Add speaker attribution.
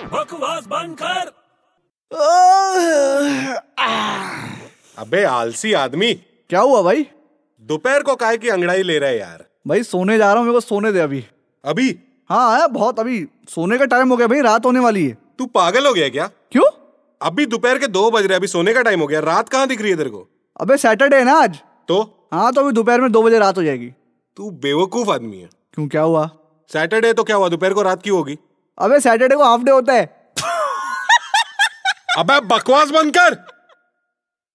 Speaker 1: आवाज बंद कर
Speaker 2: अबे आलसी आदमी
Speaker 3: क्या हुआ भाई
Speaker 2: दोपहर को काय की अंगड़ाई ले रहा है यार
Speaker 3: भाई सोने जा रहा हूँ मेरे को सोने दे अभी
Speaker 2: अभी
Speaker 3: हाँ आया बहुत अभी सोने का टाइम हो गया भाई रात होने वाली है
Speaker 2: तू पागल हो गया क्या
Speaker 3: क्यों
Speaker 2: अभी दोपहर के दो बज रहे हैं, अभी सोने का टाइम हो गया रात कहाँ दिख रही है तेरे को
Speaker 3: अबे सैटरडे है ना आज
Speaker 2: तो
Speaker 3: हाँ तो अभी दोपहर में दो बजे रात हो जाएगी
Speaker 2: तू बेवकूफ आदमी है
Speaker 3: क्यों क्या हुआ
Speaker 2: सैटरडे तो क्या हुआ दोपहर को रात की होगी
Speaker 3: अबे सैटरडे को हाफ डे होता है
Speaker 2: अबे बकवास बंद कर